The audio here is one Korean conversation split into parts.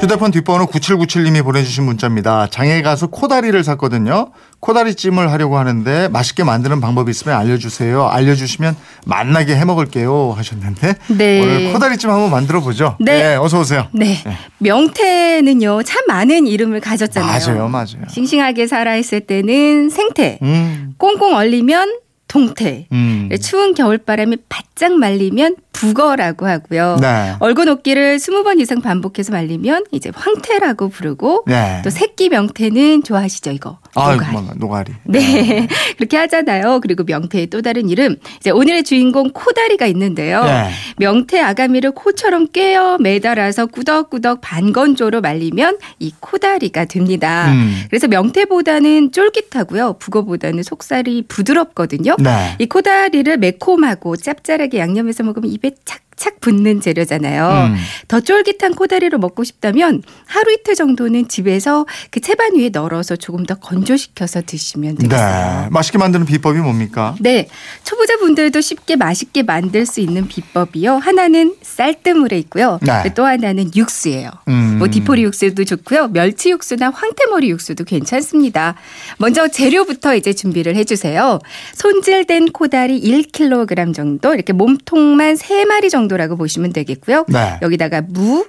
휴대폰 뒷번호 9797님이 보내주신 문자입니다. 장에 가서 코다리를 샀거든요. 코다리찜을 하려고 하는데 맛있게 만드는 방법이 있으면 알려주세요. 알려주시면 맛나게 해먹을게요 하셨는데 네. 오늘 코다리찜 한번 만들어보죠. 네. 어서 오세요. 네. 명태는요, 참 많은 이름을 가졌잖아요. 맞아요. 맞아요. 싱싱하게 살아있을 때는 생태, 음, 꽁꽁 얼리면 동태, 네, 음. 추운 겨울바람에 바짝 말리면 북어라고 하고요. 네. 얼고 녹기를 20번 이상 반복해서 말리면 이제 황태라고 부르고 네. 또 새끼 명태는 좋아하시죠, 이거? 아, 녹알. 뭔가 노가리. 네. 그렇게 하잖아요. 그리고 명태의 또 다른 이름. 이제 오늘의 주인공 코다리가 있는데요. 네. 명태 아가미를 코처럼 꿰어 매달아서 꾸덕꾸덕 반건조로 말리면 이 코다리가 됩니다. 음. 그래서 명태보다는 쫄깃하고요. 북어보다는 속살이 부드럽거든요. 네. 이 코다리를 매콤하고 짭짤하게 양념해서 먹으면 입에 착착 붙는 재료잖아요. 음. 더 쫄깃한 코다리로 먹고 싶다면 하루 이틀 정도는 집에서 그 채반 위에 널어서 조금 더 건조시켜서 드시면 되겠어요. 네. 맛있게 만드는 비법이 뭡니까? 네. 초보자분들도 쉽게 맛있게 만들 수 있는 비법이요. 하나는 쌀뜨물에 있고요. 네. 또 하나는 육수예요. 음. 뭐 디포리 육수도 좋고요. 멸치 육수나 황태머리 육수도 괜찮습니다. 먼저 재료부터 이제 준비를 해 주세요. 손질된 코다리 1kg 정도 이렇게 몸통만 3마리 정도라고 보시면 되겠고요. 네. 여기다가 무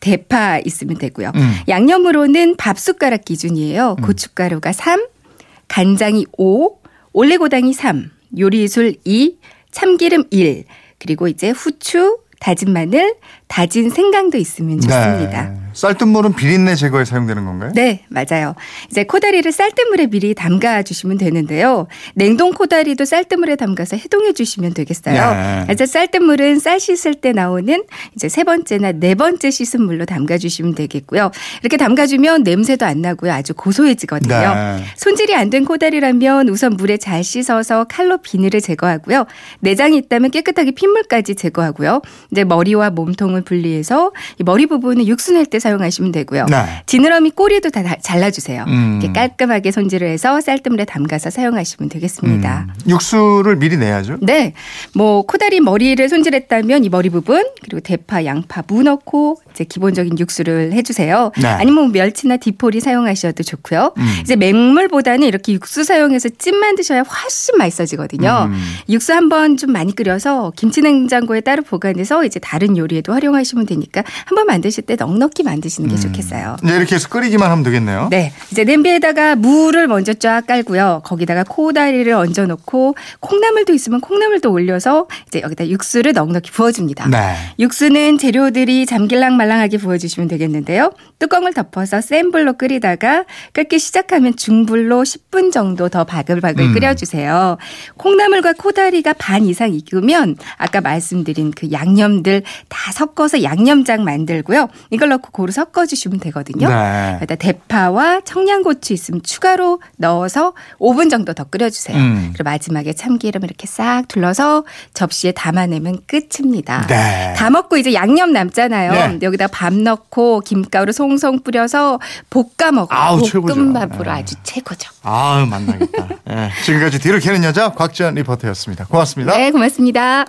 대파 있으면 되고요. 음. 양념으로는 밥숟가락 기준이에요. 고춧가루가 3, 간장이 5, 올레고당이 3, 요리술 2, 참기름 1, 그리고 이제 후추, 다진 마늘, 다진 생강도 있으면 좋습니다. 네. 쌀뜨물은 비린내 제거에 사용되는 건가요? 네, 맞아요. 이제 코다리를 쌀뜨물에 미리 담가 주시면 되는데요. 냉동 코다리도 쌀뜨물에 담가서 해동해 주시면 되겠어요. 네. 그래서 쌀뜨물은 쌀 씻을 때 나오는 이제 세 번째나 네 번째 씻은 물로 담가 주시면 되겠고요. 이렇게 담가 주면 냄새도 안 나고요. 아주 고소해지거든요. 네. 손질이 안 된 코다리라면 우선 물에 잘 씻어서 칼로 비늘을 제거하고요. 내장이 있다면 깨끗하게 핏물까지 제거하고요. 이제 머리와 몸통을 분리해서 이 머리 부분은 육수 낼 때 사용하시면 되고요. 네. 지느러미 꼬리도 다 다- 잘라주세요. 음. 이렇게 깔끔하게 손질을 해서 쌀뜨물에 담가서 사용하시면 되겠습니다. 음. 육수를 미리 내야죠. 네, 뭐 코다리 머리를 손질했다면 이 머리 부분 그리고 대파, 양파, 무 넣고 이제 기본적인 육수를 해주세요. 네. 음. 아니면 뭐 멸치나 디포리 사용하셔도 좋고요. 이제 맹물보다는 이렇게 육수 사용해서 찜만 드셔야 훨씬 맛있어지거든요. 음. 육수 한번 좀 많이 끓여서 김치 냉장고에 따로 보관해서 이제 다른 요리에도 활용하시면 되니까 한번 만드실 때 넉넉히 만드시는 음. 게 좋겠어요. 이제 이렇게 해서 끓이기만 하면 되겠네요. 네. 이제 냄비에다가 무를 먼저 쫙 깔고요. 거기다가 코다리를 얹어 놓고 콩나물도 있으면 콩나물도 올려서 이제 여기다 육수를 넉넉히 부어줍니다. 네. 육수는 재료들이 잠길랑 말랑하게 부어주시면 되겠는데요. 뚜껑을 덮어서 센 불로 끓이다가 끓기 시작하면 중불로 10분 정도 더 바글바글 음. 끓여주세요. 콩나물과 코다리가 반 이상 익으면 아까 말씀드린 그 양념들 다 섞어서 양념장 만들고요. 이걸 넣고 고루 섞어주시면 되거든요. 네. 여기다 대파와 청양고추 있으면 추가로 넣어서 5분 정도 더 끓여주세요. 음. 그리고 마지막에 참기름 이렇게 싹 둘러서 접시에 담아내면 끝입니다. 네. 다 먹고 이제 양념 남잖아요. 네. 여기다 밥 넣고 김가루 송송 뿌려서 볶아 먹고 아우, 볶음밥으로 최고죠. 네. 아주 최고죠. 아유 만나겠다. 예. 지금까지 뒤를 캐는 여자 곽지연 리포터였습니다. 고맙습니다. 네, 고맙습니다.